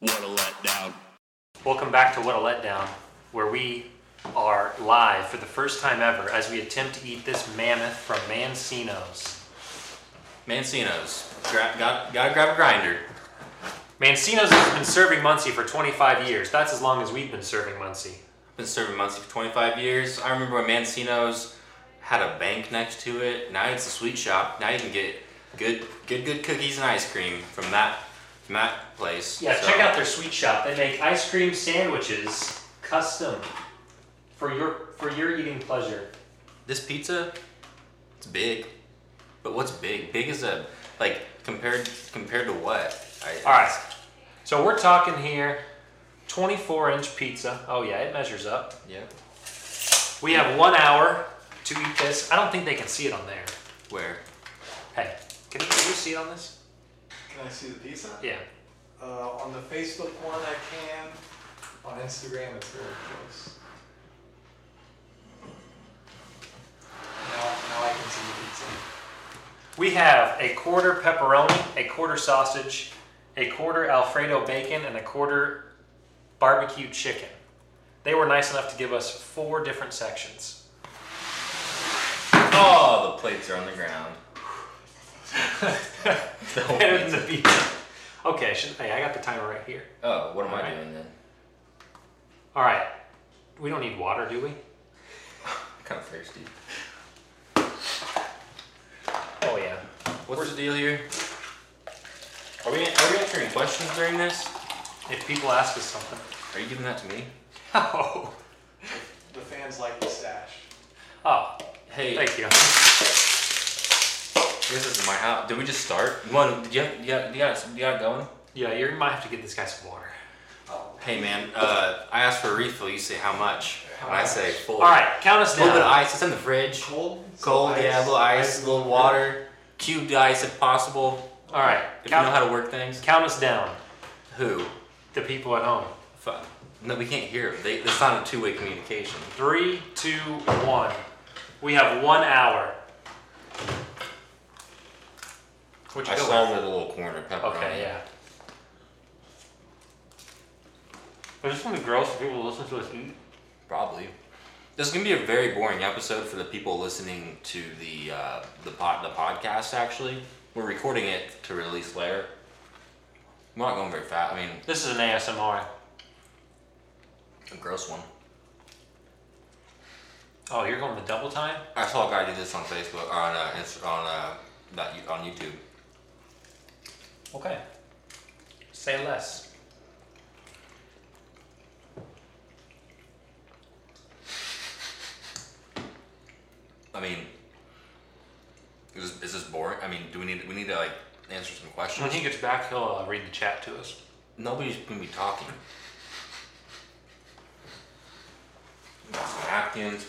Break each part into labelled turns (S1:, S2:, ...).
S1: What a letdown.
S2: Welcome back to What a Letdown, where we are live for the first time ever as we attempt to eat this mammoth from Mancino's.
S3: Mancino's. Gra- got, gotta grab a grinder.
S2: Mancino's has been serving Muncie for 25 years. That's as long as we've been serving Muncie.
S3: Been serving Muncie for 25 years. I remember when Mancino's had a bank next to it. Now it's a sweet shop. Now you can get good, good, good cookies and ice cream from that, from that place.
S2: Yeah,
S3: So,
S2: check out their sweet shop. They make ice cream sandwiches custom for your for your eating pleasure.
S3: this pizza. It's big, but what's big? Big is a like compared compared to what? I,
S2: All right. So we're talking here 24-inch pizza. Oh yeah, it measures up.
S3: Yeah.
S2: We have 1 hour to eat this. I don't think they can see it on there.
S3: Where?
S2: Hey, can you, can you see it on this?
S4: Can I see the pizza?
S2: Yeah.
S4: Uh, on the Facebook one, I can. On Instagram, it's very close. Now, now I can see the pizza.
S2: We have a quarter pepperoni, a quarter sausage, a quarter Alfredo bacon, and a quarter barbecue chicken. They were nice enough to give us four different sections.
S3: Oh, the plates are on the ground. The whole
S2: Better than
S3: pizza.
S2: the pizza. Okay, I should, hey, I got the timer right here.
S3: Oh, what am I
S2: All right.
S3: doing then?
S2: All right, we don't need water, do we?
S3: I'm kind of thirsty.
S2: Oh yeah.
S3: What's the deal here? Are we, are we answering questions during this?
S2: If people ask us something.
S3: Are you giving that to me?
S2: Oh.
S4: The fans like the stash.
S2: Oh,
S3: Hey,
S2: thank you.
S3: this is my house. Did we just start? One, do you, have- you, got, you, got, you got it going?
S2: Yeah, you might have to get this guy some water.
S4: Oh.
S3: Hey man, uh, I asked for a refill. You say how much? And I say full.
S2: All right, count us
S3: A little
S2: down.
S3: bit of ice. It's in the fridge.
S4: Cold?
S3: Cold,
S4: Ice?
S3: yeah. A little ice, a little water. Cubed ice if possible.
S2: All right,
S3: If you know
S2: count,
S3: how to work things.
S2: count us down.
S3: Who?
S2: The people at home.
S3: Fuck. No, we can't hear. They, it's not a two-way communication.
S2: Three, two, one. We have one hour. What you
S3: I
S2: go
S3: saw
S2: with?
S3: them with a little corner pepperoni.
S2: Okay, yeah. Is this gonna be gross if people listen to us eat?
S3: Probably. This is gonna be a very boring episode for the people listening to the uh, the pod the podcast. Actually, we're recording it to release later. We're not going very fast. I mean,
S2: This is an ASMR.
S3: a gross one.
S2: Oh, you're going the double time?
S3: I saw a guy do this on Facebook on uh, Inst- on uh, not you- on YouTube.
S2: Okay. Say less.
S3: I mean, is, is this boring? I mean, do we need we need to like answer some
S2: When
S3: questions?
S2: he gets back, he'll uh, read the chat to us.
S3: Nobody's gonna be talking. Got some napkins.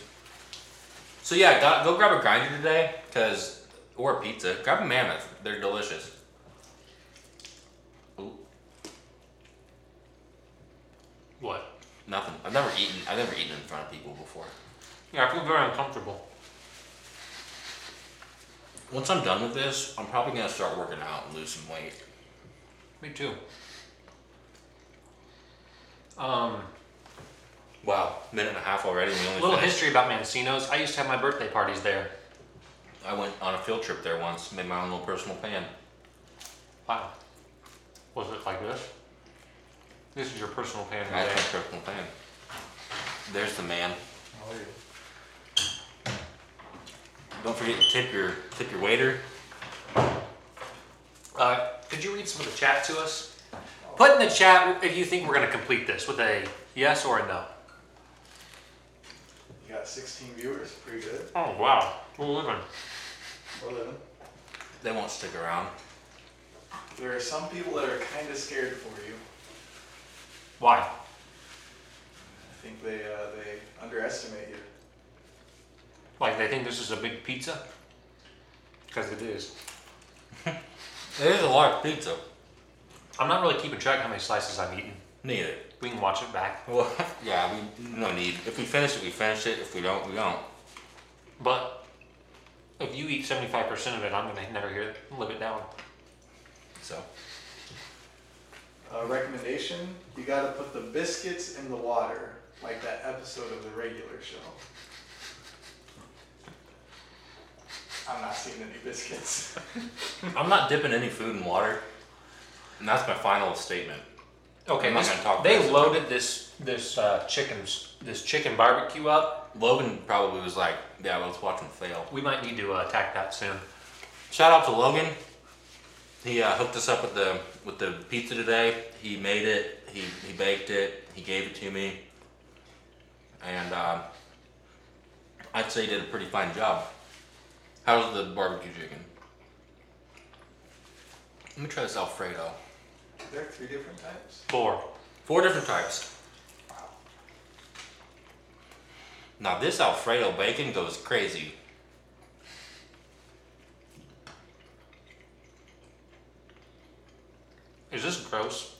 S3: So yeah, go, go grab a grinder today, cause or a pizza. Grab a mammoth. They're delicious. Ooh,
S2: What?
S3: nothing. I've never eaten. I've never eaten in front of people before.
S2: Yeah, I feel very uncomfortable.
S3: Once I'm done with this, I'm probably gonna start working out and lose some weight.
S2: Me too. Um,
S3: Wow, minute and a half already. and We only
S2: little
S3: finished.
S2: history about Mancino's. I used to have my birthday parties there.
S3: I went on a field trip there once. Made my own little personal pan.
S2: Wow. Was it like this? This is your personal pan
S3: I had
S2: right
S3: my
S2: there.
S3: personal pan. There's the man.
S4: Oh, yeah.
S3: Don't forget to tip your tip your waiter.
S2: Uh, could you read some of the chat to us? Put in the chat if you think we're going to complete this with a yes or a no.
S4: You got 16 viewers. Pretty good.
S2: Oh, wow. We're living.
S4: We're living.
S3: They won't stick around.
S4: There are some people that are kind of scared for you.
S2: Why?
S4: I think they uh, they underestimate you.
S2: Like they think this is a big pizza? Because it is.
S3: It is a lot of pizza.
S2: I'm not really keeping track how many slices I've eaten.
S3: Neither.
S2: We can watch it back.
S3: Well, yeah, we no need. If we finish it, we finish it. If we don't, we don't.
S2: But if you eat 75% of it, I'm going to never hear it. Live it down.
S3: So
S4: Uh, recommendation recommendation, you gotta put the biscuits in the water, like that episode of the regular show. I'm not seeing any biscuits.
S3: I'm not dipping any food in water. And that's my final statement.
S2: Okay,
S3: I'm not
S2: this-
S3: gonna talk
S2: they
S3: about it.
S2: loaded this this uh, chickens this chicken barbecue up.
S3: Logan probably was like, yeah, let's watch him fail.
S2: We might need to uh, attack that soon.
S3: Shout out to Logan. He uh, hooked us up with the with the pizza today. He made it. He he baked it. He gave it to me. And uh, I'd say he did a pretty fine job. How's the barbecue chicken? Let me try this Alfredo.
S4: There are three different types.
S2: Four.
S3: Four different types. Now this Alfredo bacon goes crazy.
S2: Is this gross?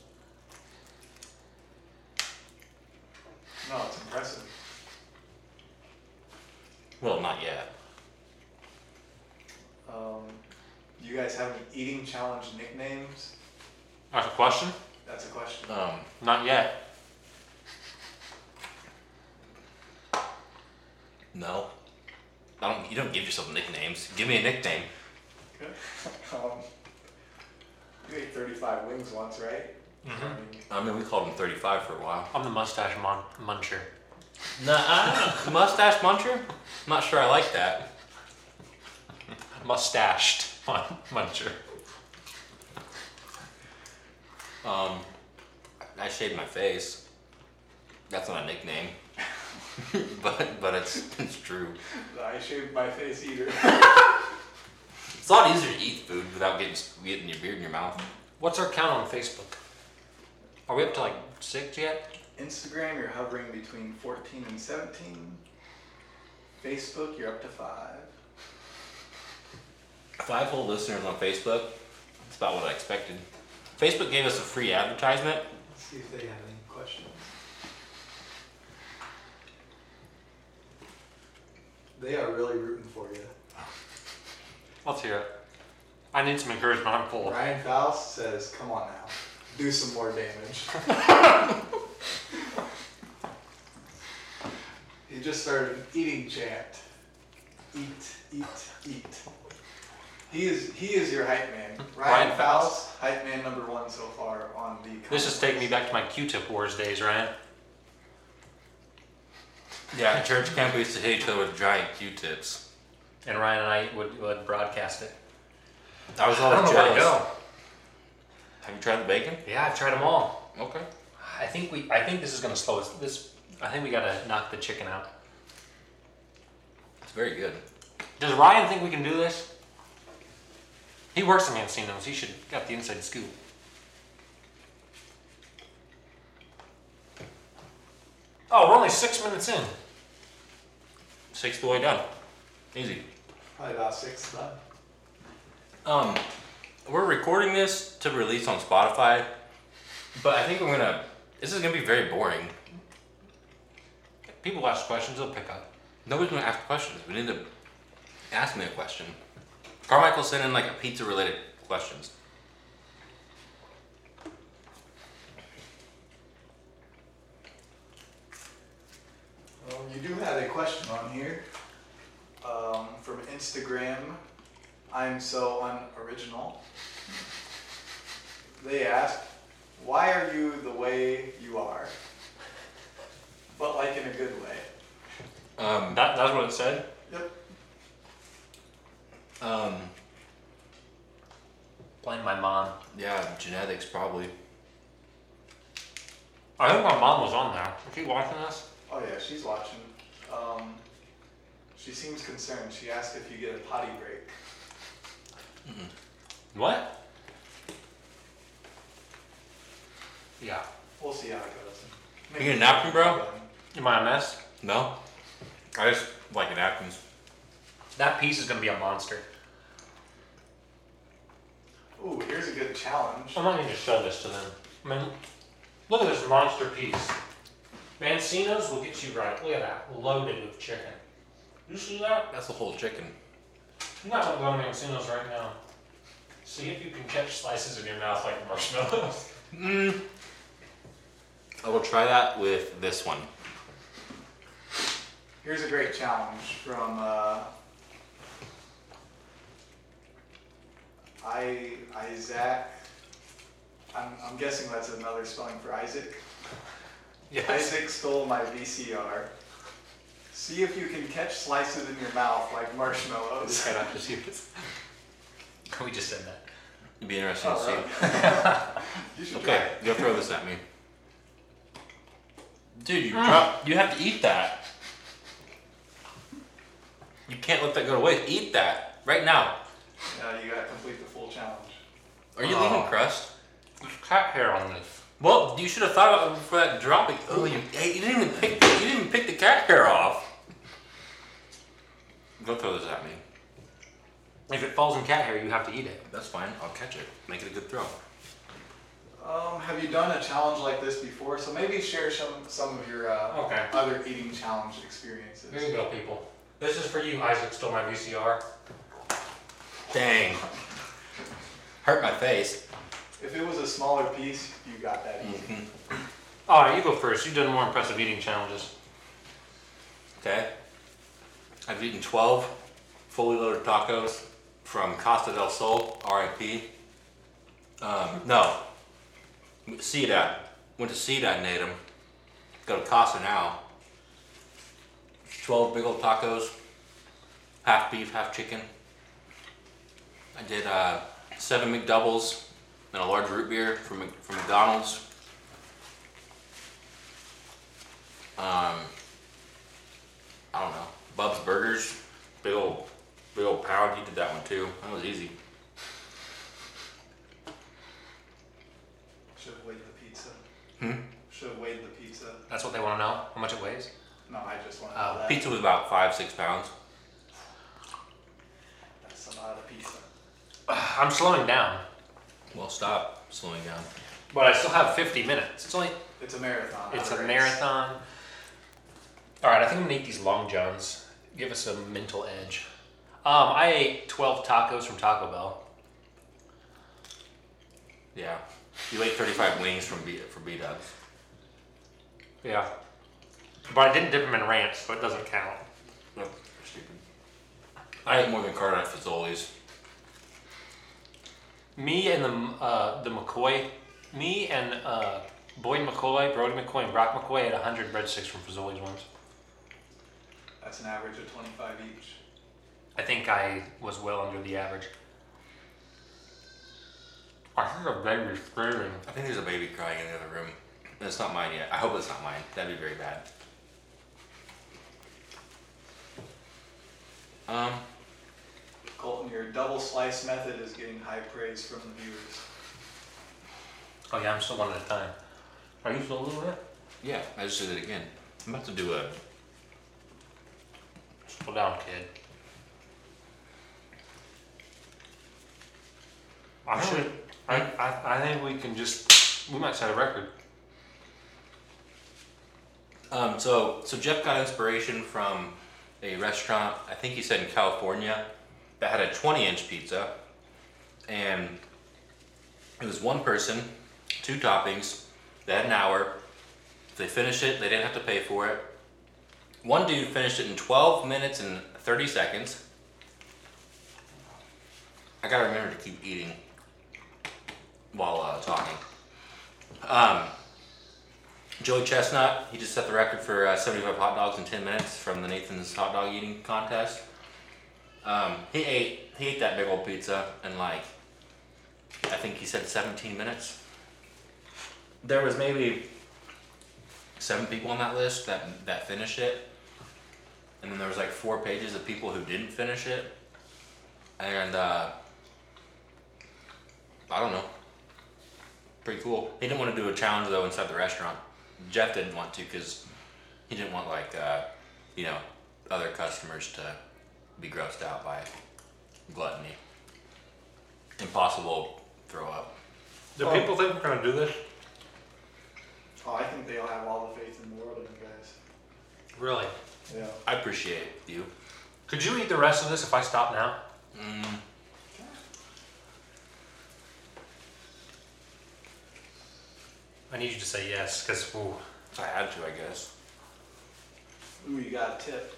S4: No, it's impressive.
S3: Well, not yet.
S4: Um, you guys have any eating challenge nicknames?
S2: That's a question.
S4: That's a question.
S3: Um,
S2: Not yet.
S3: no. I don't. You don't give yourself nicknames. Give me a nickname.
S4: Okay. um, you ate 35 wings once, right? I mean,
S3: I mean, we called him 35 for a while.
S2: I'm the mustache mon- muncher.
S3: Nuh-uh. Mustache muncher? Not sure I like that.
S2: Mustached mon- muncher.
S3: Um, I shaved my face. That's not a nickname. but but it's it's true.
S4: I shaved my face either.
S3: It's a lot easier to eat food without getting getting your beard in your mouth.
S2: What's our count on Facebook? Are we up to like six yet?
S4: Instagram, you're hovering between 14 and 17. Facebook, you're up to five.
S3: Five whole listeners on Facebook. That's about what I expected. Facebook gave us a free advertisement.
S4: Let's see if they have any questions. They are really rooting for you.
S2: Let's hear it. I need some encouragement. I'm full.
S4: Ryan Faust says, "Come on now, do some more damage." he just started an eating chant. Eat, eat, eat. He is he is your hype man. Ryan,
S2: Ryan
S4: Faust, hype man number one so far on the.
S2: This is taking me back to my Q-tip wars days, Ryan.
S3: Yeah, at church camp we used to hit each other with giant Q-tips.
S2: And Ryan and I would, would broadcast it.
S3: I was
S2: I don't
S3: always
S2: know where to
S3: jealous.
S2: go.
S3: Have you tried the bacon?
S2: Yeah, I've tried them all.
S3: Okay.
S2: I think we. I think this is gonna slow us. This. I think we gotta knock the chicken out.
S3: It's very good.
S2: Does Ryan think we can do this? He works in Mancino's. He should got the inside scoop. Oh, we're only six minutes in.
S3: Six the way done. Easy.
S4: Probably about six left.
S3: Um, we're recording this to release on Spotify, but I think we're gonna. This is gonna be very boring.
S2: People ask questions. They'll pick up.
S3: Nobody's gonna ask questions. We need to ask me a question. Carmichael sent in like a pizza related questions.
S4: Well, you do have a question on here um, from Instagram. I'm so unoriginal. They asked, "Why are you the way you are?" But like in a good way.
S3: Um,
S2: That, that's what it said.
S4: Yep.
S3: um,
S2: Blame my mom.
S3: yeah, genetics probably.
S2: I think my mom was on there. Is she watching this?
S4: Oh yeah, she's watching. Um, she seems concerned. She asked if you get a potty break.
S2: What? Yeah.
S4: We'll see how it goes.
S3: You get a napkin, bro?
S2: Am I a mess?
S3: No, I just like it happens.
S2: That piece is gonna be a monster.
S4: Ooh, here's a good challenge.
S2: I might need to show this to them. I mean, look at this monster piece. Mancino's will get you right. Look at that, loaded with chicken. You see that?
S3: That's the whole chicken.
S2: I'm not gonna go to Mancino's right now. See if you can catch slices in your mouth like marshmallows.
S3: Mm, I will try that with this one.
S4: Here's a great challenge from uh, I Isaac. I'm, I'm guessing that's another spelling for Isaac. Isaac stole my VCR. See if you can catch slices in your mouth like marshmallows.
S2: Right off the series. We just said that.
S3: It'd be interesting to see.
S4: Oh, right. you should try
S3: Okay,
S4: it.
S3: go throw this at me. Dude, you drop, you have to eat that. You can't let that go to waste. Eat that right now.
S4: Now Uh, you gotta complete the full challenge.
S3: Are you
S2: Oh.
S3: leaving crust?
S2: There's cat hair on this.
S3: Well, you should have thought about it before that dropping. Oh, you, hey, you didn't even pick. The, you didn't even pick the cat hair off. Don't throw this at me.
S2: If it falls in cat hair, you have to eat it.
S3: That's fine. I'll catch it. Make it a good throw.
S4: Um, have you done a challenge like this before? So maybe share some some of your uh,
S2: Okay.
S4: other eating challenge experiences.
S2: Here you go, people. This is for you, Isaac. Stole my VCR.
S3: Dang. Hurt my face. Mm-hmm.
S4: If it was a smaller piece, you got that
S2: Hmm.
S4: easy.
S2: All right, you go first. You've done more impressive eating challenges.
S3: Okay. I've eaten 12 fully loaded tacos from Costa del Sol, RIP. Um, no. CEDAT. Went to CEDAT and ate 'em. Go to Costa now. 12 big old tacos. Half beef, half chicken. I did uh, seven McDoubles and a large root beer from, Mc- from McDonald's. Um, I don't know. Bub's Burgers, big old, big old pound. You did that one too. That was easy.
S4: Should have weighed the pizza.
S3: Hmm?
S4: Should have weighed the pizza.
S2: That's what they want to know. How much it weighs?
S4: No, I just want to
S2: Oh,
S4: know that.
S3: Pizza was about five, six pounds.
S4: That's a lot of pizza.
S2: I'm slowing down,
S3: Well, stop slowing down.
S2: but I still have 50 minutes. It's only
S4: It's a marathon.
S2: it's
S4: not
S2: a
S4: race.
S2: marathon. All right, I think I'm gonna eat these long johns. Give us a mental edge. Um, I ate 12 tacos from Taco Bell.
S3: Yeah. You ate 35 wings from B for B Dubs.
S2: Yeah, but I didn't dip them in ranch, so it doesn't count.
S3: Yep. Stupid. I ate more than Carter at Fazoli's.
S2: Me and the uh, the McCoy, me and uh, Boyd McCoy, Brody McCoy, and Brock McCoy had 100 breadsticks from Fazoli's once.
S4: That's an average of 25 each.
S2: I think I was well under the average. I think a baby's screaming.
S3: I think there's a baby crying in the other room. That's not mine yet. I hope it's not mine. That'd be very bad. Um,
S4: Colton, your double slice method is getting high praise from the viewers.
S2: Oh yeah, I'm still one at a time. Are you still doing it?
S3: yeah, I just did it again. I'm about to do a
S2: Slow down, kid. I should. I, I, I think we can just. We might set a record.
S3: Um, so, so Jeff got inspiration from a restaurant, I think he said in California, that had a 20 inch pizza. And it was one person, two toppings, they had an hour. They finished it, they didn't have to pay for it. One dude finished it in 12 minutes and 30 seconds. I gotta remember to keep eating while uh, talking. Um, Joey Chestnut, he just set the record for uh, 75 hot dogs in 10 minutes from the Nathan's hot dog eating contest. Um, he ate he ate that big old pizza in like I think he said 17 minutes. There was maybe seven people on that list that that finished it, and then there was like four pages of people who didn't finish it, and uh, I don't know. Pretty cool. He didn't want to do a challenge though inside the restaurant. Jeff didn't want to because he didn't want like uh, you know other customers to be grossed out by gluttony. Impossible throw up.
S2: Do
S4: Oh.
S2: people think we're gonna do this?
S4: Oh, I think they'll have all the faith in the world in you guys.
S2: Really?
S4: Yeah.
S3: I appreciate you.
S2: Could you eat the rest of this if I stop now?
S3: Mm.
S2: I I need you to say yes, because ooh,
S3: If I had to, I guess.
S4: Ooh, you got a tip.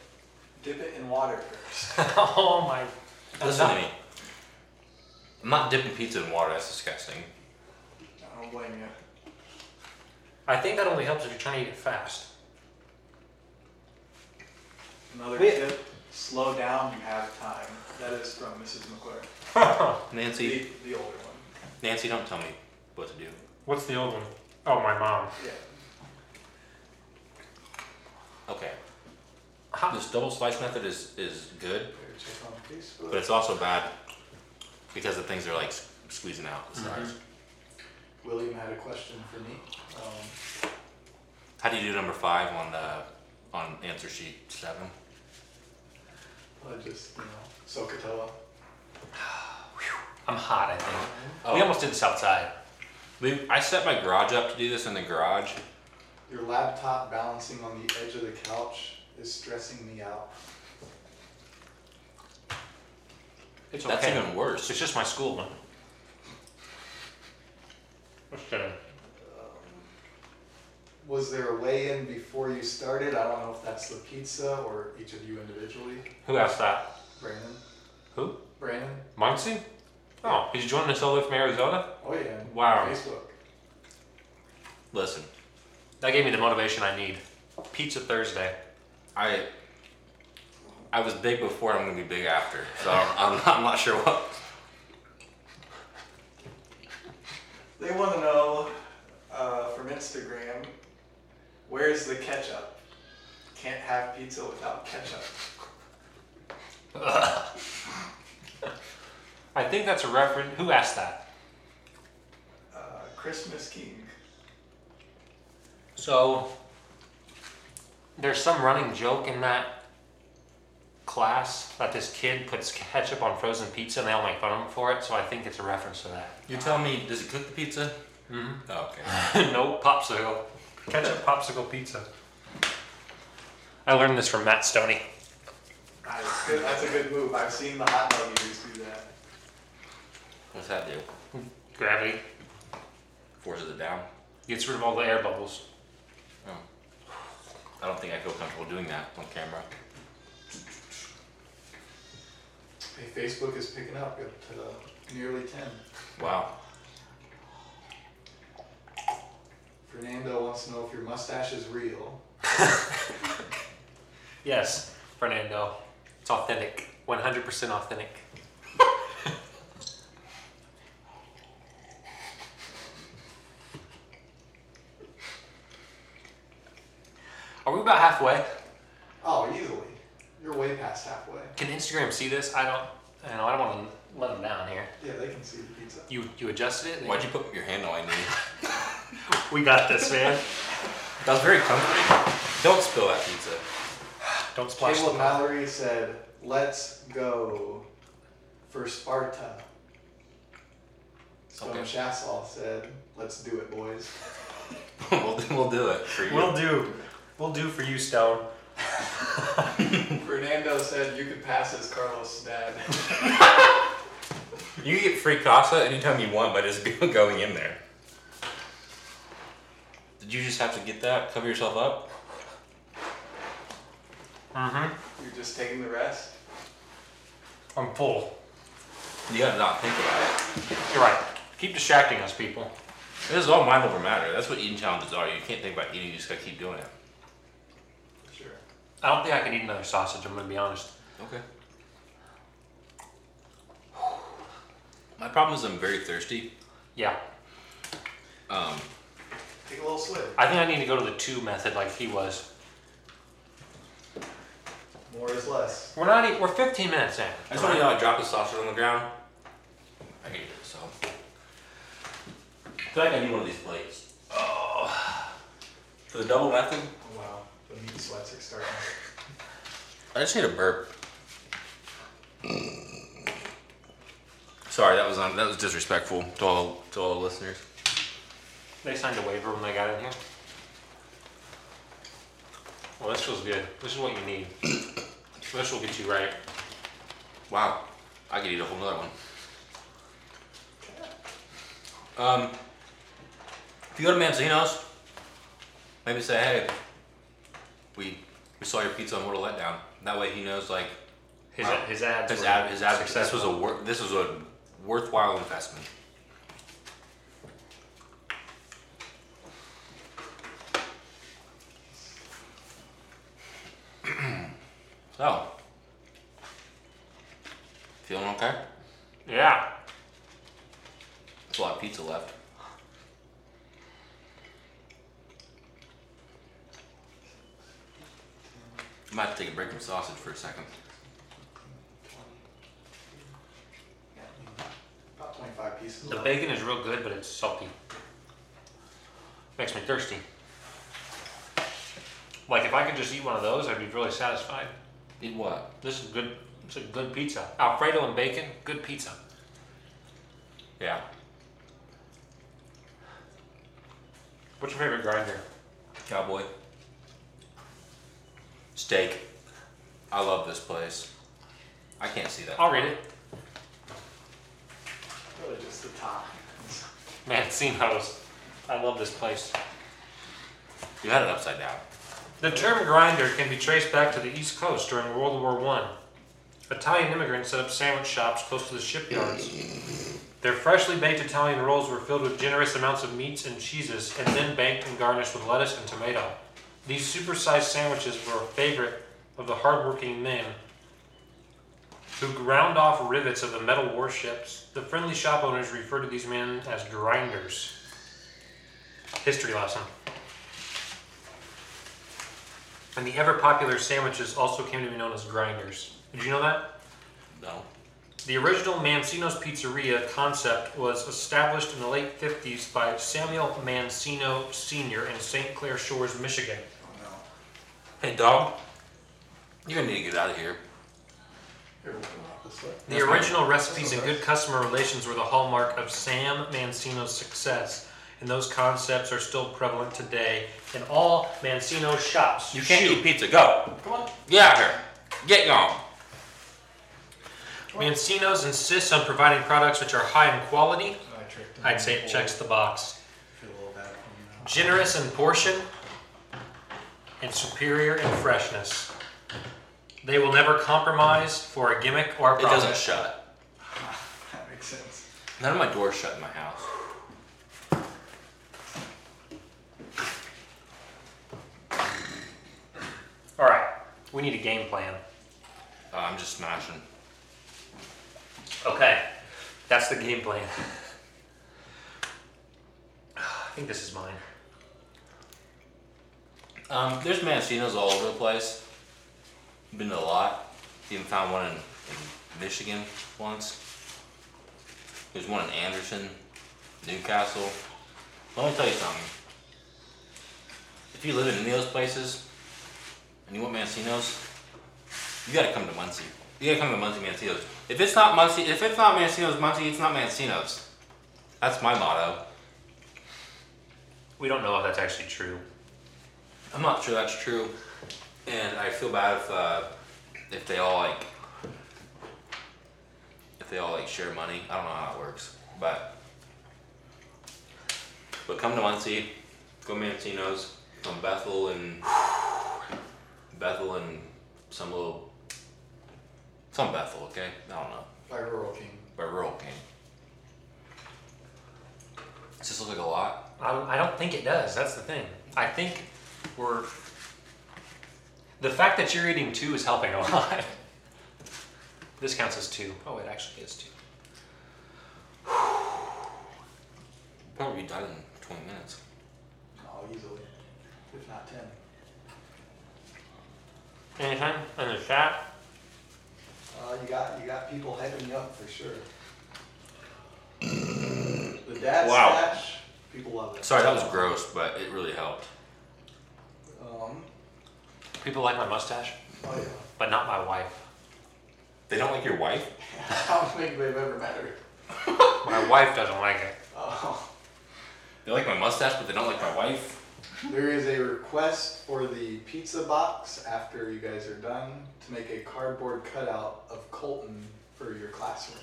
S4: Dip it in water first.
S2: oh my.
S3: Listen to me. I'm not dipping pizza in water. That's disgusting.
S4: I don't blame you.
S2: I think that only helps if you're trying to eat it fast.
S4: Another
S2: Wait.
S4: tip. Slow down, you have time. That is from Mrs. McClure. The,
S3: Nancy,
S4: the older one.
S3: Nancy, don't tell me what to do.
S2: What's the old one? Oh, my mom.
S4: Yeah.
S3: Okay.
S2: Ha-
S3: This double slice method is is good,
S4: There's it on Facebook.
S3: but it's also bad because the things are like s- squeezing out the sides.
S4: William had a question for me. Um,
S3: How do you do number five on the on answer sheet seven?
S4: I just, you know, Sokotoa.
S2: I'm hot, I think. We
S3: Oh.
S2: almost did this outside.
S3: We, I set my garage up to do this in the garage.
S4: Your laptop balancing on the edge of the couch is stressing me out.
S2: It's
S3: That's
S2: okay.
S3: even worse.
S2: It's just my school one. What's that?
S4: Was there a weigh-in before you started? I don't know if that's the pizza or each of you individually.
S2: Who asked that?
S4: Brandon?
S2: Who?
S4: Brandon?
S2: Muncie? Oh, he's joining us all the way from Arizona?
S4: Oh yeah. and
S2: Wow.
S4: Facebook.
S3: Listen,
S2: That gave me the motivation I need. Pizza Thursday.
S3: I I was big before. I'm gonna be big after. So I'm, I'm, I'm not sure what.
S4: They want to know uh, from Instagram, where's the ketchup? Can't have pizza without ketchup.
S2: I think that's a reference. Who asked that?
S4: Uh, Christmas King.
S2: So, there's some running joke in that class that this kid puts ketchup on frozen pizza and they all make fun of him for it, so I think it's a reference to that.
S3: You're telling me, does it cook the pizza?
S2: Mm-hmm.
S3: Oh, okay.
S2: no popsicle. Ketchup popsicle pizza. I learned this from Matt Stoney.
S4: Nice. Good- That's a good move. I've seen the hot dog eaters do that.
S3: What's that do?
S2: Gravity
S3: Forces it down.
S2: gets rid of all the air bubbles.
S3: I don't think I feel comfortable doing that on camera.
S4: Hey, Facebook is picking up at uh, nearly 10.
S3: Wow.
S4: Fernando wants to know if your mustache is real.
S2: Yes, Fernando. It's authentic. 100% authentic. Are we about halfway?
S4: Oh, easily. You're way past halfway.
S2: Can Instagram see this? I don't. I know. I don't want to let them down here.
S4: Yeah, they can see the pizza.
S2: You you adjusted it.
S3: Why'd you put your hand on my knee?
S2: We got this, man.
S3: That was very comforting. Don't spill that pizza.
S2: don't splash.
S4: Caleb
S2: the-
S4: Mallory said, "Let's go for Sparta." Stone
S3: Okay.
S4: Shassel said, "Let's do it, boys."
S3: we'll, do- we'll do it for you.
S2: We'll do. We'll do for you, Stone.
S4: Fernando said, "You could pass as Carlos Dad."
S3: you get free casa anytime you want by just go- going in there. Did you just have to get that? Cover yourself up?
S2: Mm-hmm.
S4: You're just taking the rest.
S2: I'm full.
S3: You gotta not think about it.
S2: You're right. Keep distracting us, people.
S3: This is all mind over matter. That's what eating challenges are. You can't think about eating, you just gotta keep doing it.
S4: Sure.
S2: I don't think I can eat another sausage. I'm gonna be honest.
S3: Okay. My problem is I'm very thirsty.
S2: Yeah.
S3: Um,
S4: Take a little swig.
S2: I think I need to go to the two method like he was.
S4: More is less.
S2: We're not. e- We're 15 minutes in.
S3: I just want to know I dropped a sausage on the ground. I hate it, so. I feel like I need one of these plates. Oh. For the double method?
S4: Oh, wow, the meat sweats are starting.
S3: I just need a burp. Mm. Sorry, that was on, that was disrespectful to all to all the listeners.
S2: They signed a waiver when they got in here. Well, this feels good. This is what you need. this will get you right.
S3: Wow, I could eat a whole nother one. Um, If you go to Mancino's, maybe say, hey, we we saw your pizza and what a letdown. That way he knows like
S2: His,
S3: Wow.
S2: his ads.
S3: his
S2: were
S3: ad, his ad, this
S2: successful.
S3: was a wor- this was a worthwhile investment. so, feeling okay?
S2: Yeah.
S3: There's a lot of pizza left. I might have to take a break from sausage for a second.
S4: Yeah. About 25 pieces.
S2: The
S4: left.
S2: bacon is real good, but it's salty. Makes me thirsty. Like if I could just eat one of those, I'd be really satisfied.
S3: Eat what?
S2: This is good. It's a good pizza. Alfredo and bacon, good pizza.
S3: Yeah.
S2: What's your favorite grinder?
S3: Cowboy. Steak. I love this place. I can't see that.
S2: I'll read it.
S4: Really just the top. Oh,
S2: Mancino's. I love this place.
S3: You had it upside down.
S2: The term grinder can be traced back to the East Coast during World War I. Italian immigrants set up sandwich shops close to the shipyards. Their freshly baked Italian rolls were filled with generous amounts of meats and cheeses and then baked and garnished with lettuce and tomato. These supersized sandwiches were a favorite of the hardworking men who ground off rivets of the metal warships. The friendly shop owners referred to these men as grinders. History lesson. And the ever popular sandwiches also came to be known as grinders. Did you know that?
S3: No.
S2: The original Mancino's Pizzeria concept was established in the late 50s by Samuel Mancino Sr. in St. Clair Shores, Michigan.
S4: Oh no.
S3: Hey, dog. You're gonna need to get out of here.
S4: Here, we'll go out this way.
S2: The
S3: That's
S2: original recipes and
S4: Okay.
S2: good customer relations were the hallmark of Sam Mancino's success, and those concepts are still prevalent today in all Mancino shops.
S3: You can't
S2: Shoot.
S3: eat pizza. Go.
S4: Come on.
S3: Get out of here. Get gone.
S2: Mancino's insists on providing products which are high in quality.
S4: I tricked him.
S2: I'd say it checks the box.
S4: Feel a little bad for him
S2: generous in portion and superior in freshness. They will never compromise for a gimmick or a
S3: It
S2: profit.
S3: doesn't shut.
S4: now. that makes sense.
S3: None of my doors shut in my house.
S2: All right, we need a game plan.
S3: Uh, I'm just smashing.
S2: Okay, that's the game plan. I think this is mine.
S3: Um, there's Mancinos all over the place. Been to a lot. Even found one in, in Michigan once. There's one in Anderson, Newcastle. Let me tell you something. If you live in any of those places and you want Mancinos, you gotta come to Muncie. You gotta come to Muncie Mancinos. If it's not Muncie, if it's not Mancinos Muncie, it's not Mancinos. That's my motto.
S2: We don't know if that's actually true.
S3: I'm not sure that's true, and I feel bad if uh, if they all like if they all like share money. I don't know how it works, but but come to Muncie, go Mancino's, come Bethel and Bethel and some little some Bethel, okay? I don't know,
S4: By Rural King.
S3: but rural King. Does this look like a lot?
S2: I, I don't think it does. That's the thing. I think we're. The fact that you're eating two is helping a lot. this counts as two. Oh, it actually is two.
S3: Probably done in 20 minutes.
S4: Oh, easily. If not 10.
S2: Anytime in the chat.
S4: Uh, you got you got people hyping you up for sure. The dad
S3: Wow.
S4: stash, people love it.
S3: Sorry, that was gross, but it really helped.
S4: Um,
S2: People like my mustache,
S4: oh yeah.
S2: but not my wife.
S3: They don't like your wife?
S4: I don't think they've ever met her.
S2: My wife doesn't like it.
S4: Oh.
S3: They like my mustache, but they don't like my wife.
S4: There is a request for the pizza box after you guys are done to make a cardboard cutout of Colton for your classroom.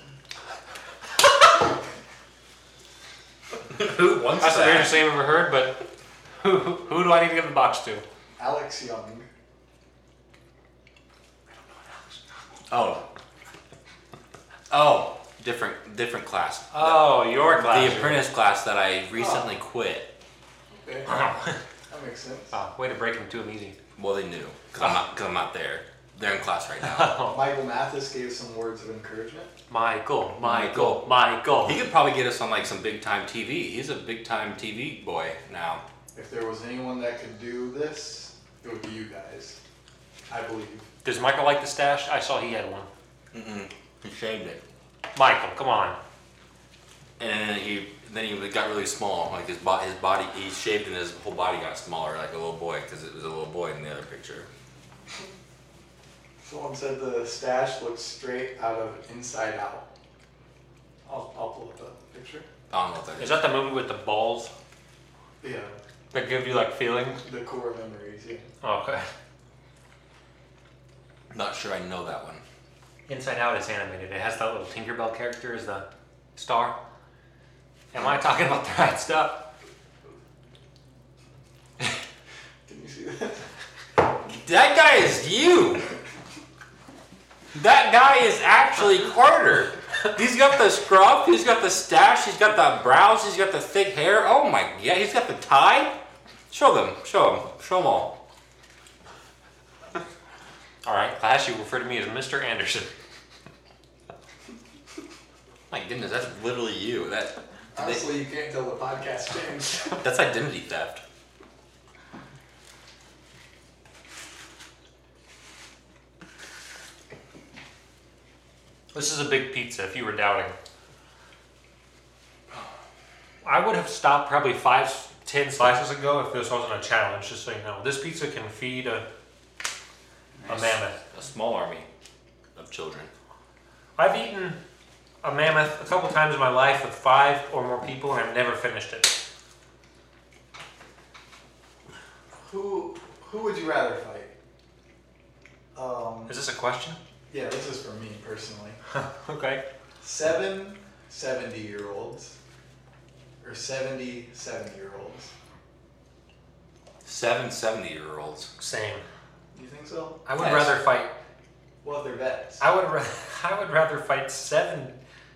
S3: Who wants
S2: That's the weirdest
S3: that?
S2: thing I've ever heard, but who, who, who do I need to give the box to?
S4: Alex Young.
S3: Oh. Oh, different different class.
S2: Oh, your class.
S3: The apprentice class that I recently quit.
S4: Okay, that makes sense.
S2: Oh, way to break him to him easy.
S3: Well, they knew because I'm not because I'm not there. They're in class right now.
S4: Michael Mathis gave some words of encouragement.
S2: Michael, Michael, Michael.
S3: He could probably get us on like some big time TV. He's a big time TV boy now.
S4: If there was anyone that could do this, it would be you guys. I believe.
S2: Does Michael like the stash? I saw he had one.
S3: Mm-mm. He shaved it,
S2: Michael, come on.
S3: and then he then he got really small. Like his body, his body, he shaved, and his whole body got smaller, like a little boy, because it was a little boy in the other picture.
S4: Someone said the stash looks straight out of Inside Out. I'll, I'll pull up the picture.
S3: I don't know if that
S2: Is
S3: is.
S2: that the movie with the balls
S4: Yeah,
S2: that give you like feeling?
S4: the core memories. Yeah.
S2: Oh, okay.
S3: Not sure I know that one.
S2: Inside Out is animated. It has that little Tinkerbell character as the star. Am I talking about the right stuff?
S4: Can you see that?
S3: That guy is you. That guy is actually Carter. He's got the scruff, he's got the stash, he's got the brows, he's got the thick hair. Oh my god, he's got the tie. Show them, show them, show them all.
S2: All right, class, you refer to me as Mr. Anderson.
S3: My goodness, that's literally you. That did they-
S4: Honestly, you can't tell the podcast changed.
S3: that's identity theft.
S2: This is a big pizza, if you were doubting. I would have stopped probably five, ten slices ago if this wasn't a challenge, just so you know. This pizza can feed a, a mammoth.
S3: A small army of children.
S2: I've eaten a mammoth a couple times in my life with five or more people, and I've never finished it.
S4: who who would you rather fight? Um,
S2: Is this a question?
S4: yeah, this is for me personally.
S2: okay.
S4: Seven 70 year olds or 70 70 year olds.
S3: Seven 70 year olds.
S2: Same.
S4: You think so?
S2: I would
S3: Yes.
S2: rather fight.
S4: Well, they're vets.
S2: I would. Ra- I would rather fight seven,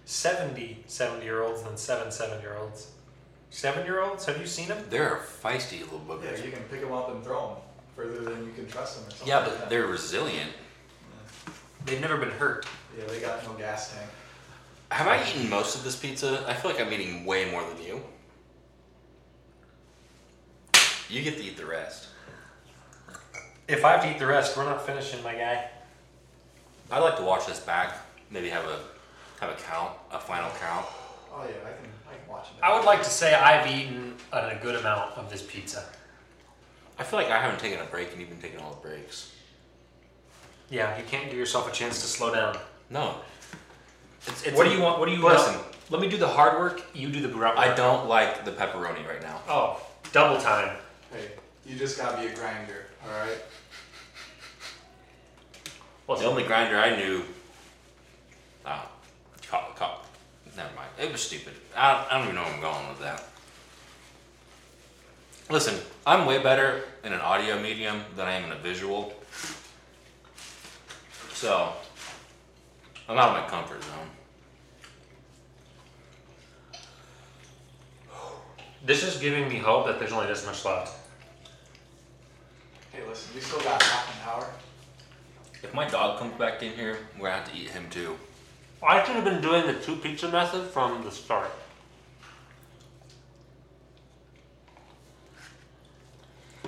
S2: 70 seven year olds than seven seven year olds. Seven year olds? Have you seen them?
S3: They're feisty little
S4: Yeah,
S3: boogers.
S4: you can pick them up and throw them further than you can trust them or something.
S3: Yeah,
S4: like
S3: but
S4: that.
S3: they're resilient.
S2: They've never been hurt.
S4: Yeah, they got no gas tank.
S3: Have I eaten most of this pizza? I feel like I'm eating way more than you. You get to eat the rest.
S2: If I have to eat the rest, we're not finishing, my guy.
S3: I'd like to watch this back. Maybe have a have a count, a final count.
S4: Oh yeah, I can I can watch them.
S2: I would like to say I've eaten a good amount of this pizza.
S3: I feel like I haven't taken a break, and you've been taking all the breaks.
S2: Yeah, you can't give yourself a chance to slow down.
S3: No. It's, it's
S2: what do you want? What do you want?
S3: Listen.
S2: Let me do the hard work. You do the grunt work.
S3: I don't like the pepperoni right now.
S2: Oh, double time.
S4: Hey, you just gotta be a grinder, all right?
S2: Well,
S3: The only grinder I knew. Oh, cop, cop. Never mind. It was stupid. I don't, I don't even know where I'm going with that. Listen, I'm way better in an audio medium than I am in a visual. So, I'm out of my comfort zone.
S2: this is giving me hope that there's only this much left.
S4: Hey, listen, we still got half an hour.
S3: If my dog comes back in here, we're gonna have to eat him too.
S2: I should have been doing the two pizza method from the start.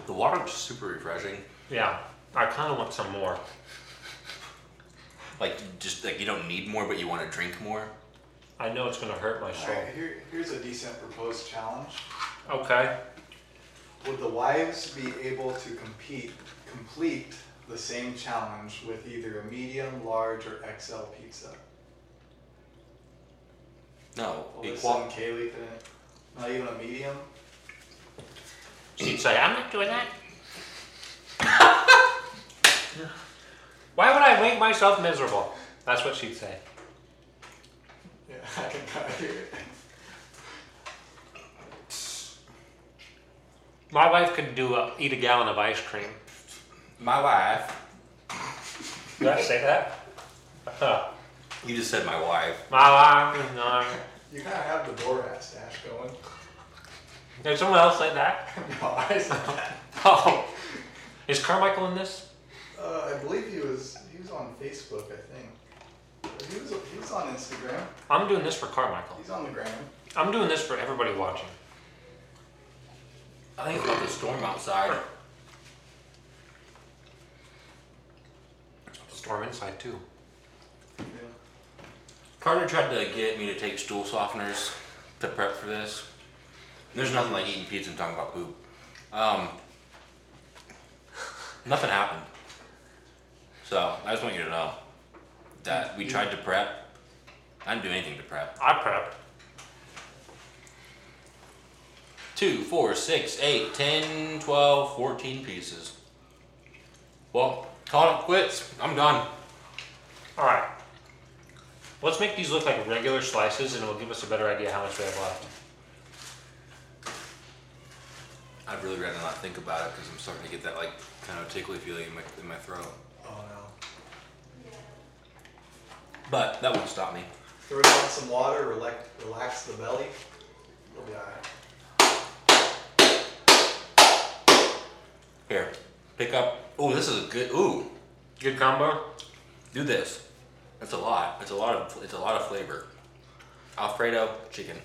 S3: The water was super refreshing.
S2: Yeah, I kind of want some more.
S3: Like, just like you don't need more, but you want to drink more.
S2: I know it's gonna hurt my
S4: All
S2: soul.
S4: right, here, here's a decent proposed challenge.
S2: Okay.
S4: Would the wives be able to compete, complete the same challenge with either a medium, large, or XL pizza?
S3: No,
S4: Well, this
S3: equal.
S4: one Kaylee couldn't. Not even a medium.
S2: She'd say, "I'm not doing that." Why would I make myself miserable? That's what she'd say.
S4: Yeah, I can kind of hear it.
S2: My wife could do a, eat a gallon of ice cream.
S3: My wife.
S2: Did I say that? Huh.
S3: You just said my wife.
S2: My wife. No.
S4: You kind of have the Borat stash going.
S2: Did someone else say that?
S4: no, I said that.
S2: Oh, is Carmichael in this?
S4: Uh, I believe he was he was on Facebook. I think he was he was on Instagram.
S2: I'm doing this for Carmichael.
S4: He's on the gram.
S2: I'm doing this for everybody watching.
S3: I think it's about the storm outside.
S2: Storm inside too.
S4: Yeah.
S3: Carter tried to get me to take stool softeners to prep for this. There's nothing like eating pizza and talking about poop. Um, nothing happened. So I just want you to know that we tried to prep. I didn't do anything to prep.
S2: I prepped.
S3: Two, four, six, eight, ten, twelve, fourteen pieces. Well, call it quits. I'm done.
S2: All right. Let's make these look like regular slices, and it'll give us a better idea how much we have left.
S3: I'd really rather not think about it because I'm starting to get that like kind of tickly feeling in my, in my throat.
S4: Oh no.
S3: But that won't stop me.
S4: Throw down some water. Relax relax the belly. You'll be all right.
S3: Here, pick up. Oh, this is a good. Ooh,
S2: Good combo.
S3: do this. That's a lot. It's a lot of. It's a lot of flavor. Alfredo chicken,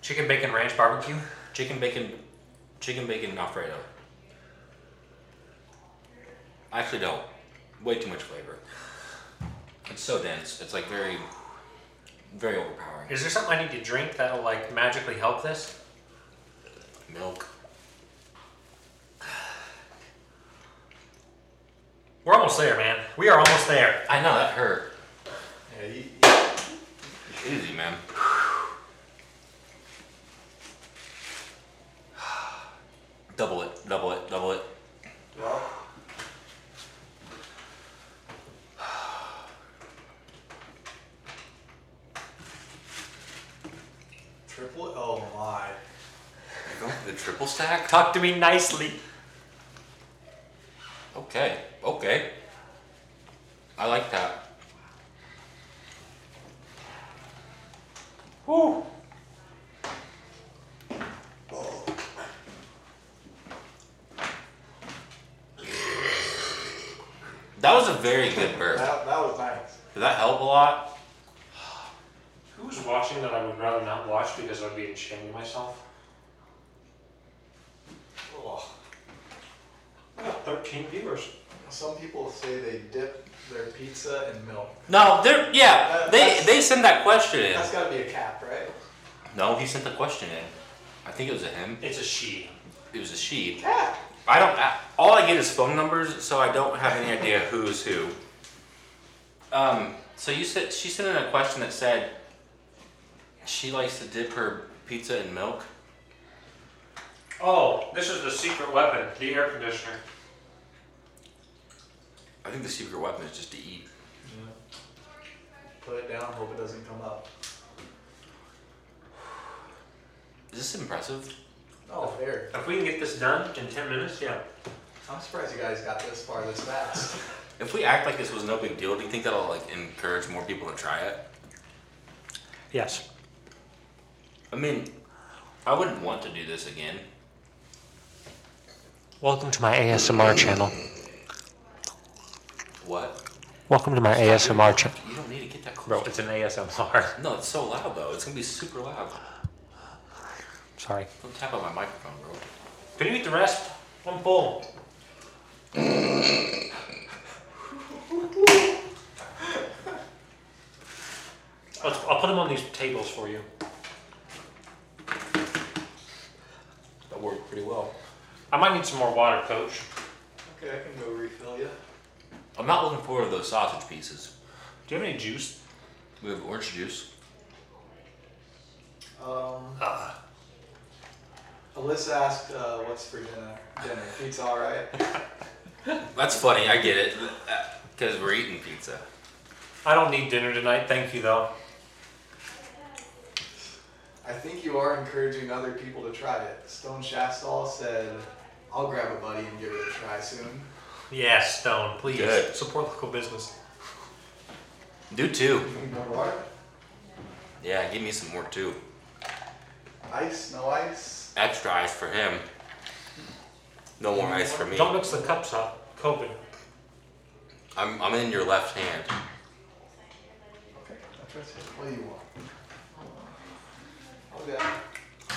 S2: Chicken bacon ranch barbecue.
S3: chicken bacon, chicken bacon Alfredo. Actually, no. Way too much flavor. It's so dense. It's like very, very overpowering.
S2: Is there something I need to drink that'll like magically help this?
S3: Milk.
S2: We're almost there, man. We are almost there.
S3: I know that hurt.
S4: Yeah, you,
S3: Easy, man. Double it, double it, double it.
S4: well, triple. Oh my.
S3: Go for the triple stack?
S2: Talk to me nicely.
S3: Okay, okay. I like that.
S2: Whew.
S3: That was a very good burp.
S4: That, that was nice.
S3: Did that help a lot?
S2: Who's watching that I would rather not watch because I'd be shaming myself?
S4: Oh.
S2: I got 13 viewers.
S4: Some people say they dip their pizza in milk.
S3: No, they're yeah.
S4: Uh,
S3: They
S4: that's-
S3: they sent that question in.
S4: That's got to be a cap, right?
S3: No, he sent the question in. I think it was a him.
S2: It's a she.
S3: It was a she.
S4: Cap.
S3: I don't. I, all I get is phone numbers, so I don't have any idea who is who. Um. So you said she sent in a question that said she likes to dip her pizza in milk.
S2: Oh, this is the secret weapon, the air conditioner.
S3: I think the secret weapon is just to eat.
S4: Put it down. Hope it doesn't come up.
S3: Is this impressive?
S4: Oh, fair.
S2: If we can get this done in 10 minutes, yeah.
S4: I'm surprised you guys got this far this fast.
S3: If we act like this was no big deal, do you think that'll like encourage more people to try it?
S2: Yes.
S3: I mean, I wouldn't want to do this again.
S2: Welcome to my ASMR channel.
S3: What?
S2: Welcome to my ASMR channel.
S3: You don't need to get that close.
S2: Bro, it's an ASMR.
S3: No, it's so loud though. It's gonna be super loud.
S2: Sorry.
S3: Don't tap on my microphone, bro.
S2: Can you eat the rest? I'm full. Let's, I'll put them on these tables for you.
S3: That worked pretty well.
S2: I might need some more water, Coach.
S4: okay, I can go refill you.
S3: I'm not looking forward to those sausage pieces.
S2: Do you have any juice?
S3: We have orange juice.
S4: Um,
S2: Uh,
S4: Alyssa asked, uh, "What's for dinner? Dinner? Pizza, all right."
S3: That's funny. I get it. Because we're eating pizza.
S2: I don't need dinner tonight, thank you though.
S4: I think you are encouraging other people to try it. Stone Shastall said, I'll grab a buddy and give it a try soon.
S2: Yes, Stone, please
S3: Good.
S2: support local business.
S3: Do two.
S4: You need more water?
S3: Yeah, give me some more too.
S4: Ice? No ice?
S3: Extra ice for him. No more ice for me.
S2: Don't mix the cups up. COVID.
S3: I'm, I'm in your left hand.
S4: Okay, I trust you. What do you want? Oh, yeah.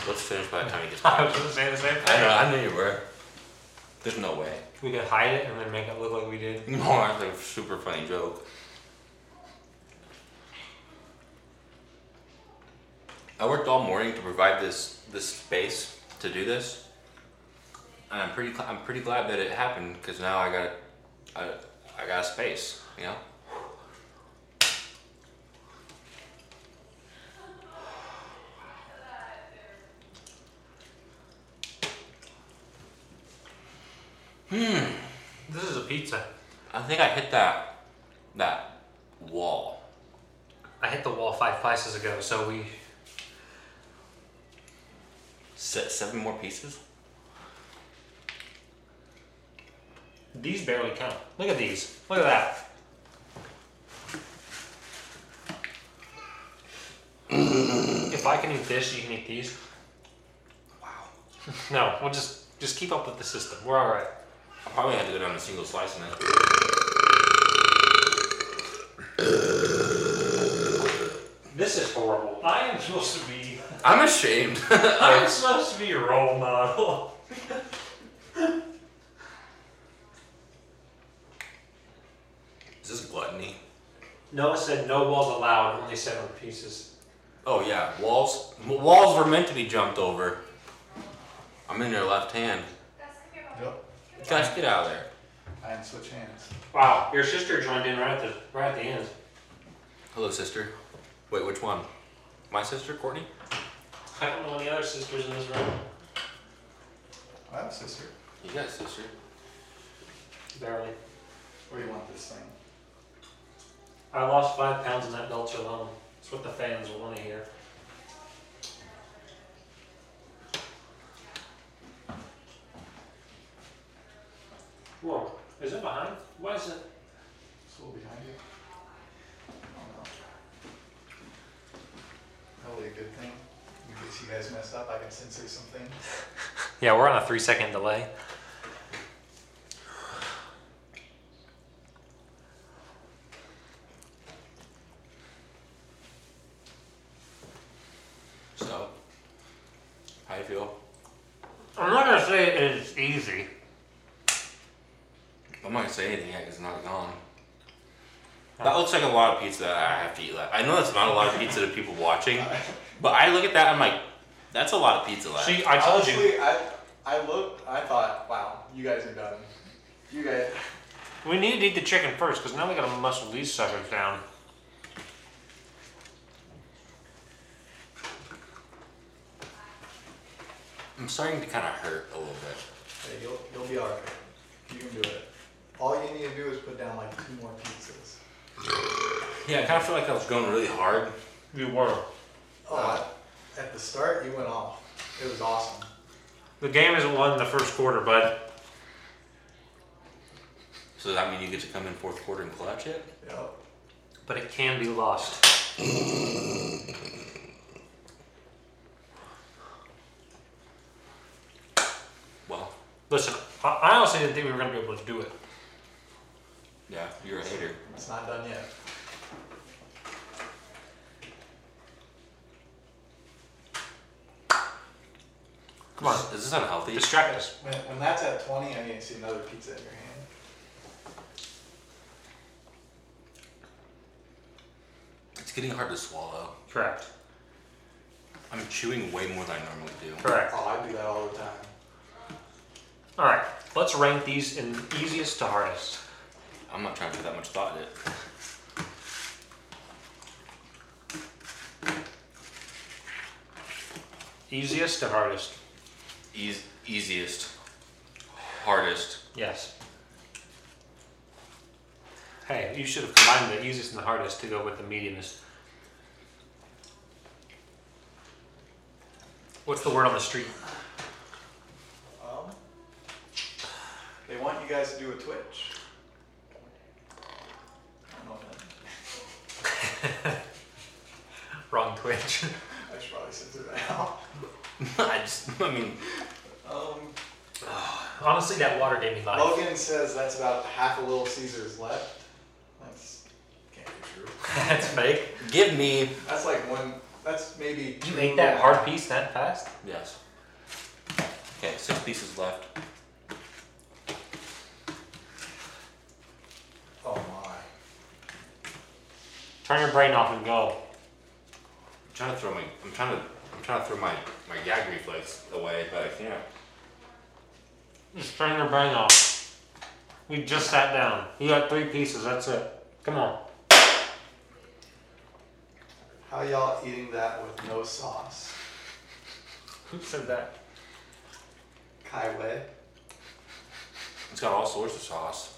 S3: Let's finish by the time he gets
S2: I
S3: back.
S2: was gonna say the same
S3: I
S2: thing.
S3: know, I knew you were. There's no way.
S2: We could hide it and then make it look like we did.
S3: No, that's a super funny joke. I worked all morning to provide this this space to do this, and I'm pretty cl- I'm pretty glad that it happened because now I got I, I got a space, you know.
S2: This is a pizza.
S3: I think I hit that that wall.
S2: I hit the wall five slices ago, so we.
S3: Se- seven more pieces.
S2: These barely count. Look at these. Look at that. if I can eat this, you can eat these.
S3: Wow.
S2: No, we'll just just keep up with the system. We're all right.
S3: I probably had to go down a single slice in it.
S2: This is horrible. I am supposed to be.
S3: I'm ashamed.
S2: I'm supposed to be your role model.
S3: Is this gluttony?
S2: Noah said no walls allowed. Only seven pieces.
S3: Oh yeah, walls. w- Walls were meant to be jumped over. I'm in your left hand.
S4: Yep.
S3: Guys, get out of there.
S4: And switch hands.
S2: Wow, your sister joined in right at the right at the end.
S3: Hello, sister. Wait, which one? My sister, Courtney.
S2: I don't know any other sisters in this room.
S4: I have a sister.
S3: You got a sister.
S2: Barely.
S4: Where do you want this thing?
S2: I lost five pounds in that belch alone. That's what the fans will want to hear. Whoa, is it behind? Why is it?
S4: It's a little behind you. Oh, no. Probably a good thing. In case you guys mess up, I can censor some things.
S2: Yeah, we're on a three second delay.
S3: So, how you feel?
S2: I'm not gonna say it's easy.
S3: I'm not gonna say anything yet. 'cause It's not gone. That looks like a lot of pizza that I have to eat left. I know that's not a lot of pizza to people watching, but I look at that. I'm like, that's a lot of pizza left.
S2: See, I told you,
S4: Honestly, I, I looked, I thought, wow, you guys are done. You guys,
S2: we needed to eat the chicken first because now we gotta muscle these suckers down.
S3: I'm starting to kind of hurt a little bit.
S4: hey, you'll, you'll be alright. You can do it. All you need to do is put down like two more pizzas.
S3: Yeah, I kind of feel like I was going really hard.
S2: You were.
S4: Oh, I- at the start, you went off. It was awesome.
S2: The game isn't won in the first quarter, bud.
S3: So does that mean you get to come in fourth quarter and clutch it?
S4: Yep.
S2: But it can be lost.
S3: Well,
S2: Listen, I- I honestly didn't think we were gonna be able to do it.
S3: yeah, you're a hater.
S4: It's not done yet.
S2: Come on.
S3: Is this unhealthy?
S2: Distract us.
S4: When, when that's at 20, I need to see another pizza in your hand.
S3: It's getting hard to swallow.
S2: Correct.
S3: I'm chewing way more than I normally do.
S2: Correct.
S4: Oh, I do that all the time.
S2: All right. Let's rank these in easiest to hardest.
S3: I'm not trying to put that much thought in it.
S2: Easiest to hardest.
S3: Eas easiest, hardest.
S2: Yes. Hey, you should have combined the easiest and the hardest to go with the mediumest. What's the word on the street?
S4: Um, they want you guys to do a Twitch. I don't know if that-
S2: Wrong Twitch.
S4: I should probably censor that out.
S3: I just, I mean,
S4: Um,
S2: Honestly, that water gave me life.
S4: Logan says that's about half a Little Caesars left. That's can't be true.
S2: That's fake.
S3: give me
S4: That's like one. That's maybe.
S2: Did you
S4: two
S2: make that
S4: and-
S2: hard piece that fast?
S3: yes. Okay, six pieces left.
S4: Oh my.
S2: Turn your brain off and go.
S3: I'm trying to throw my, I'm trying to, I'm trying to throw my my gag reflex away, but I can't.
S2: Just turn your brain off. You just sat down. You got three pieces. That's it. Come on.
S4: How y'all eating that with no sauce?
S2: Who said that?
S4: Kaiway.
S3: It's got all sorts of sauce.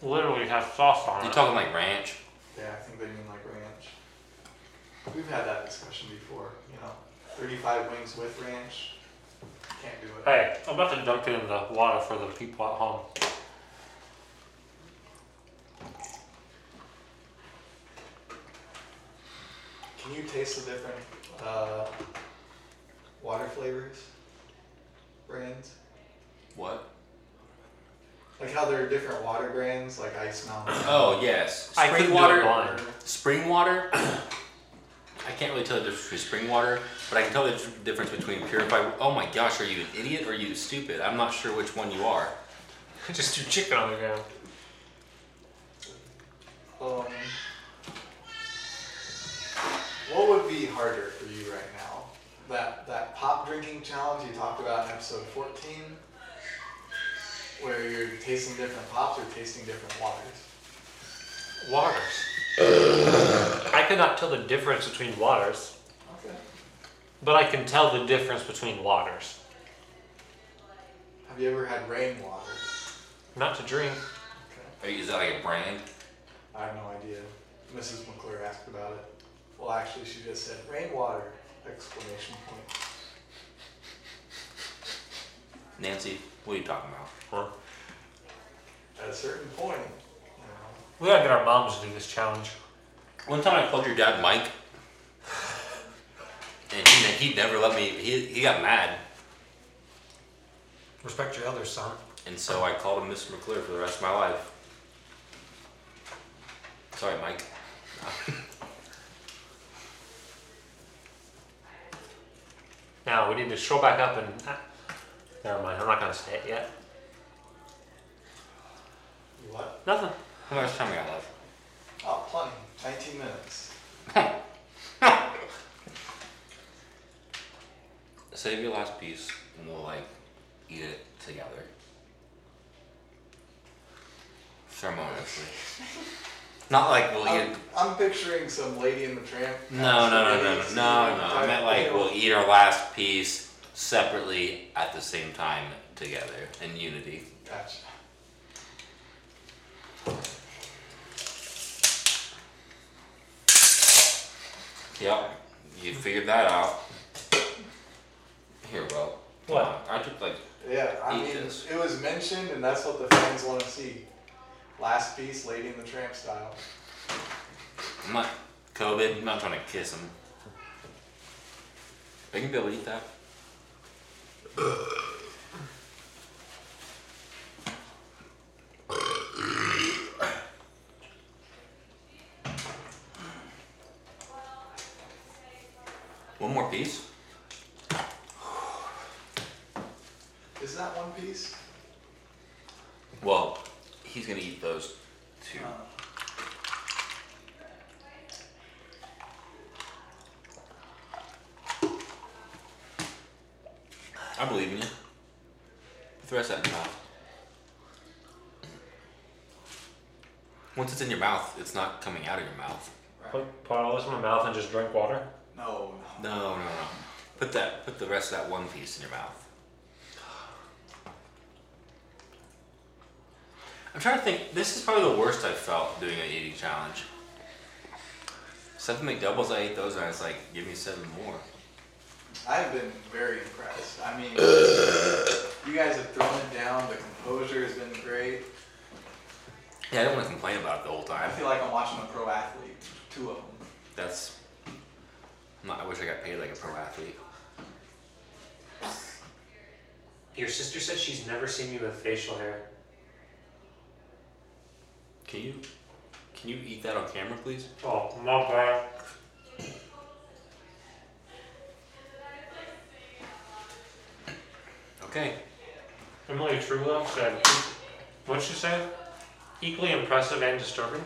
S2: Literally has sauce on
S3: You
S2: it.
S3: talking like ranch?
S4: Yeah, I think they mean like ranch. We've had that discussion before. You know, 35 wings with ranch. Can't do it.
S2: hey, I'm about to dunk it in the water for the people at home.
S4: Can you taste the different uh, water flavors? Brands.
S3: What?
S4: Like how there are different water brands, like Ice Mountain.
S3: Oh yes,
S2: I couldn't
S3: spring
S2: do it
S3: water.
S2: blind.
S3: Spring water. I can't really tell the difference between spring water, but I can tell the dif- difference between purified. Oh my gosh, are you an idiot or are you stupid? I'm not sure which one you are.
S2: just do chicken on the ground.
S4: Um, what would be harder for you right now? That that pop drinking challenge you talked about in episode 14, where you're tasting different pops or tasting different waters.
S2: Waters. I could not tell the difference between waters,
S4: Okay.
S2: but I can tell the difference between waters.
S4: Have you ever had rainwater?
S2: Not to drink.
S4: Okay.
S3: Are you, is that like a brand?
S4: I have no idea. Mrs. McClure asked about it. Well, actually, she just said rainwater! Exclamation point.
S3: Nancy, what are you talking about?
S2: Huh?
S4: At a certain point, you know,
S2: We gotta get our moms to do this challenge.
S3: One time I called your dad Mike, and he, he never let me. He, he got mad,
S2: Respect your elders, son.
S3: and so I called him Mr. McClure for the rest of my life. Sorry, Mike.
S2: Now we need to show back up and. ah, never mind. I'm not gonna say it yet.
S4: you what?
S2: Nothing.
S3: How much time we got left?
S4: Oh, plenty. 19 minutes.
S3: Save your last piece, and we'll like eat it together. Ceremoniously. Not like we'll eat.
S4: I'm, I'm picturing some Lady in the Tramp.
S3: No, no, no, no, no, no,
S4: Maybe
S3: no. I
S4: some
S3: meant like
S4: type
S3: we'll
S4: of-
S3: eat our last piece separately at the same time together in unity.
S4: Gotcha.
S3: Yep. You figured that out. Here, bro.
S2: What?
S3: I took like.
S4: Yeah, I
S3: Eat
S4: mean,
S3: this.
S4: it was mentioned, and that's what the fans want to see. Last piece, Lady in the Tramp style.
S3: I'm not COVID. I'm not trying to kiss him. They can be able to eat that. One more piece.
S4: Is that one piece?
S3: Well, he's gonna eat those two.
S4: Uh,
S3: I believe in you. Put the rest out in your mouth. Once it's in your mouth, it's not coming out of your mouth.
S4: right.
S2: Put, put all this in my mouth and just drink water.
S4: No, no.
S3: No, no, no. Put that. Put the rest of that one piece in your mouth. I'm trying to think. This is probably the worst I've felt doing an eating challenge. Seven McDoubles, I ate those, and I was like, "Give me seven more."
S4: I've been very impressed. I mean, you guys have thrown it down. The composure has been great.
S3: Yeah, I don't want to complain about it the whole
S4: I
S3: time.
S4: feel like I'm watching a pro athlete. Two of them.
S3: That's. I'm not- I wish I got paid like a pro athlete.
S2: Your sister said she's never seen me with facial hair.
S3: Can you? Can you eat that on camera, please?
S2: Oh, my bad.
S3: Okay.
S2: Emily Truelove said, what'd she say? Equally impressive and disturbing.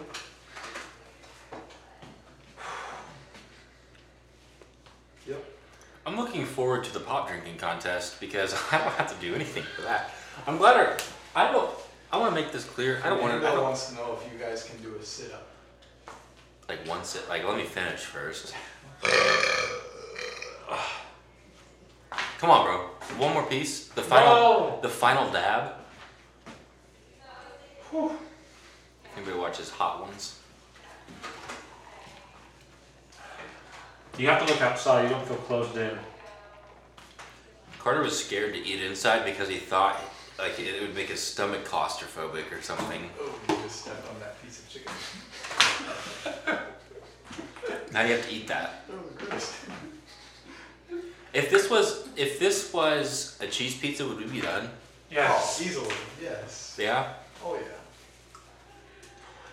S3: I'm looking forward to the pop drinking contest because I don't have to do anything for that. I'm glad. Our, I don't. I want to make this clear. I don't want to. I
S4: Amanda
S3: don't,
S4: wants to know if you guys can do a sit up.
S3: like one sip. Like let me finish first. Come on, bro. One more piece. The final.
S2: No.
S3: The final dab. Anybody watches Hot Ones?
S2: You have to look outside, you don't feel closed in.
S3: Carter was scared to eat inside because he thought like it would make his stomach claustrophobic or something.
S4: Oh, you just stepped on that piece of chicken.
S3: Now you have to eat that.
S4: Oh, gross.
S3: If this was if this was a cheese pizza, would we be done?
S4: Oh, easily. Yes.
S3: Yeah.
S4: Oh yeah.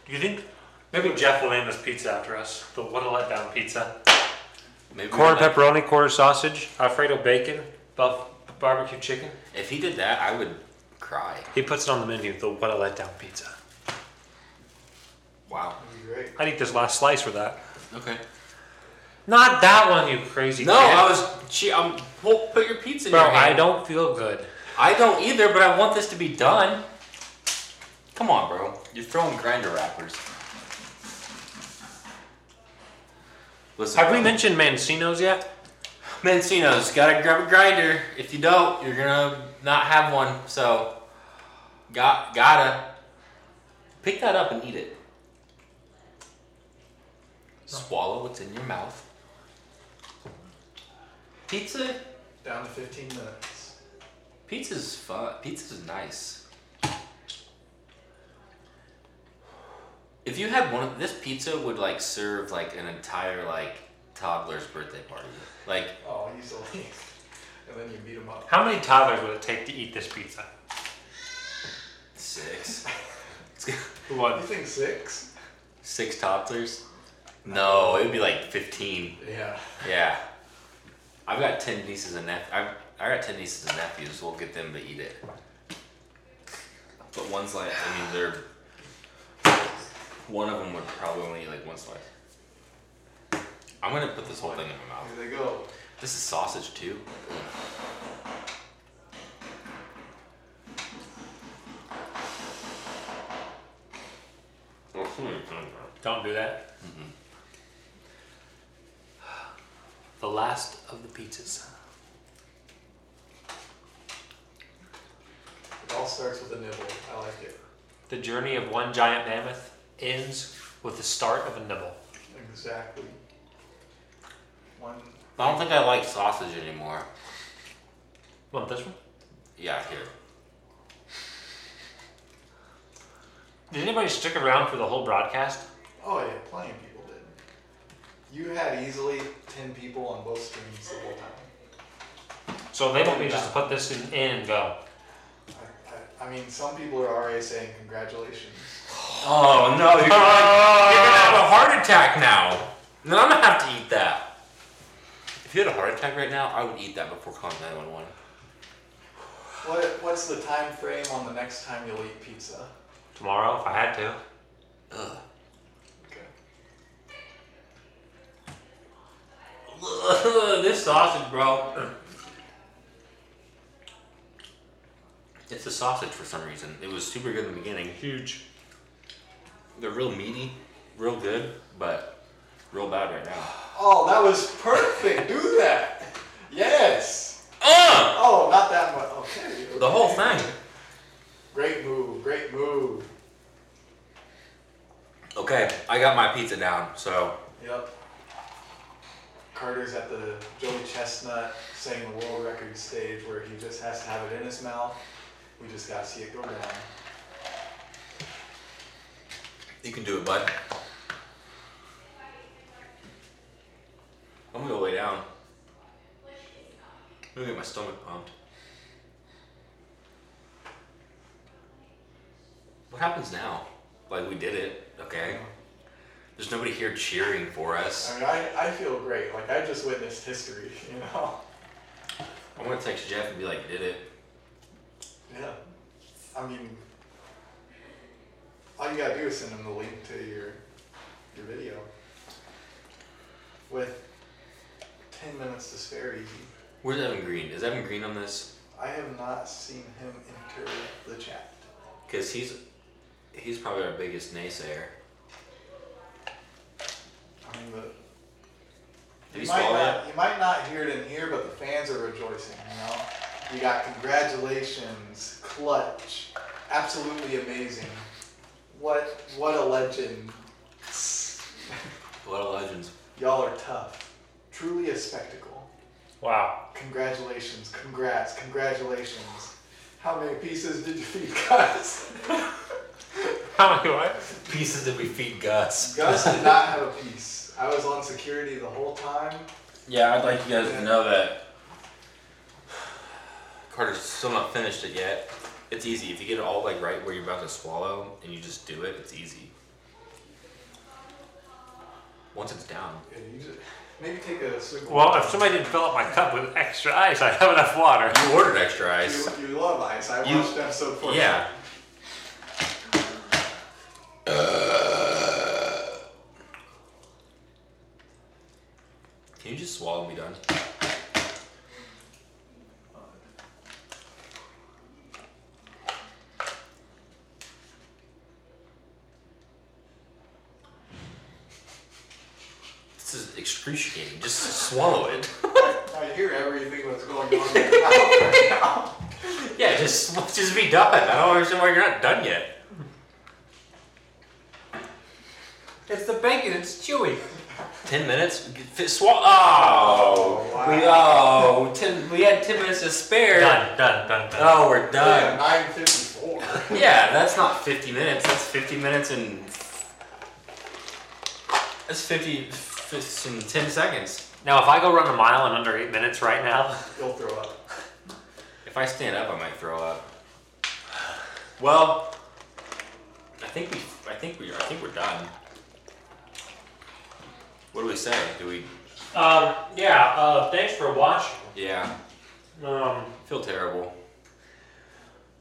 S2: Do you think maybe Jeff will name this pizza after us? But what a letdown pizza.
S3: Maybe we
S2: Quarter
S3: would, like-
S2: pepperoni, quarter sausage, Alfredo bacon, buff barbecue chicken.
S3: If he did that, I would cry.
S2: He puts it on the menu, the what a letdown pizza.
S3: Wow.
S4: That'd be great.
S2: I'd eat this last slice for that.
S3: Okay.
S2: Not that one, you crazy
S3: No,
S2: kid.
S3: I was. She, I'm. Well, put your pizza in
S2: Bro,
S3: your hand.
S2: I don't feel good.
S3: I don't either, but I want this to be done. Come on, bro. You're throwing grinder wrappers. Listen,
S2: Have we mentioned Mancino's yet?
S3: Mencinos gotta grab a grinder. If you don't, you're gonna not have one. So, got gotta pick that up and eat it. Swallow what's in your mouth. Pizza,
S4: Down to 15 minutes.
S3: pizza's fun. Pizza's nice. If you had one of this pizza would like serve like an entire like toddler's birthday party. Like
S4: Oh, easily. and then you beat them up.
S2: How many toddlers would it take to eat this pizza?
S3: six.
S4: You
S2: One.
S4: think six?
S3: Six toddlers? No, it would be like fifteen.
S4: Yeah.
S3: Yeah. I've got ten nieces and nephews. I've I got ten nieces and nephews. We'll get them to eat it. But one's like, I mean, they're. One of them would probably only eat like one slice. I'm gonna put this whole thing in my mouth.
S4: Here they go.
S3: This is sausage too.
S2: Don't do that. The last of the pizzas.
S4: It all starts with a nibble. I like it.
S2: The journey of one giant mammoth ends with the start of a nibble.
S4: Exactly. One.
S3: I don't think I like sausage anymore.
S2: Want this one?
S3: Yeah, here.
S2: Did anybody stick around for the whole broadcast?
S4: Oh yeah, plenty of people did. You had easily 10 people on both streams the whole time.
S2: So they want me just to put this in, in and go.
S4: I, I, I mean, some people are already saying congratulations.
S3: Oh no, you're gonna, you're gonna have a heart attack now. No, I'm gonna have to eat that. If you had a heart attack right now, I would eat that before calling 911.
S4: What, what's the time frame on the next time you'll eat pizza?
S2: Tomorrow, if I had to.
S3: Ugh.
S4: Okay.
S3: Ugh, this sausage, bro. It's a sausage for some reason. It was super good in the beginning. Huge. They're real meaty, real good, but real bad right now.
S4: Oh, that was perfect. Do that. Yes.
S3: Ugh!
S4: Oh, not that much. Okay.
S3: The whole thing.
S4: Great move. Great move.
S3: Okay, I got my pizza down, so
S4: Yep. Carter's at the Joey Chestnut setting the world record stage where he just has to have it in his mouth. We just gotta see it go down.
S3: You can do it, bud. I'm gonna go lay down. I'm gonna get my stomach pumped. What happens now? Like we did it, okay? There's nobody here cheering for us.
S4: I mean, I, I feel great. Like I just witnessed history, you know.
S3: I'm gonna text Jeff and be like, "You did it.
S4: Yeah. I mean, all you gotta do is send them the link to your your video with ten minutes to spare. Easy.
S3: Where's Evan Green? Is Evan Green on this?
S4: I have not seen him enter the chat.
S3: Cause he's he's probably our biggest naysayer.
S4: I mean, the
S3: Did he
S4: might
S3: swallow
S4: not,
S3: that?
S4: you might not hear it in here, but the fans are rejoicing. You know, you got congratulations, clutch, absolutely amazing. What what a legend.
S3: What a legend.
S4: Y'all are tough. Truly a spectacle.
S2: Wow.
S4: Congratulations, congrats, congratulations. How many pieces did you feed Gus?
S2: How many what?
S3: Pieces that we feed Gus.
S4: Gus did not have a piece. I was on security the whole time.
S3: Yeah, I'd like you guys to know that Carter's still not finished it yet. It's easy if you get it all like right where you're about to swallow and you just do it. It's easy. Once it's down,
S4: Yeah, you just- Maybe take a swig. of
S2: Well,
S4: water.
S2: if somebody didn't fill up my cup with extra ice, I'd have enough water.
S3: you ordered extra ice.
S4: You, you love ice. I
S3: You-
S4: watched episode four.
S3: Yeah. Can you just swallow and be done? This is excruciating. Just swallow it.
S4: I hear everything that's going on in your mouth right now.
S3: Yeah, just just be done. I don't understand why you're not done yet.
S2: It's the bacon, it's chewy.
S3: Ten minutes? Fit swallow. Oh,
S4: Oh, wow.
S3: we oh ten. We had ten minutes to spare.
S2: Done, done, done, done.
S3: Oh, we're
S4: Yeah,
S3: done.
S4: 954.
S3: Yeah. that's not fifty minutes. That's fifty minutes and that's 50, f- in ten seconds.
S2: Now, if I go run a mile in under eight minutes right now,
S4: You'll throw up.
S3: If I stand up, I might throw up. Well, I think we. I think we. I think we're done. What do we say? Do we?
S2: um, yeah, uh, thanks for watching.
S3: Yeah.
S2: Um,
S3: I feel terrible.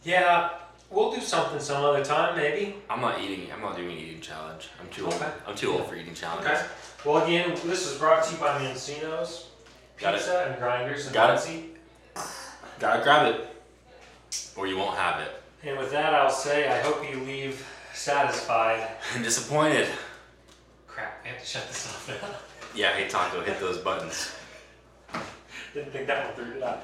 S2: yeah, we'll do something some other time, maybe.
S3: I'm not eating. I'm not doing an eating challenge. I'm too old.
S2: Okay.
S3: I'm too old for eating challenges.
S2: Okay. Well, again, this is brought to you by Mancino's
S3: Got it.
S2: Pizza and Grinders and
S3: Got it.
S2: Muncie.
S3: Gotta grab it, or you won't have it.
S2: And with that, I'll say I hope you leave satisfied.
S3: I'm disappointed.
S2: Crap, we have to shut this off now.
S3: Yeah, hey Taco, hit those buttons.
S2: Didn't think that one through, did I?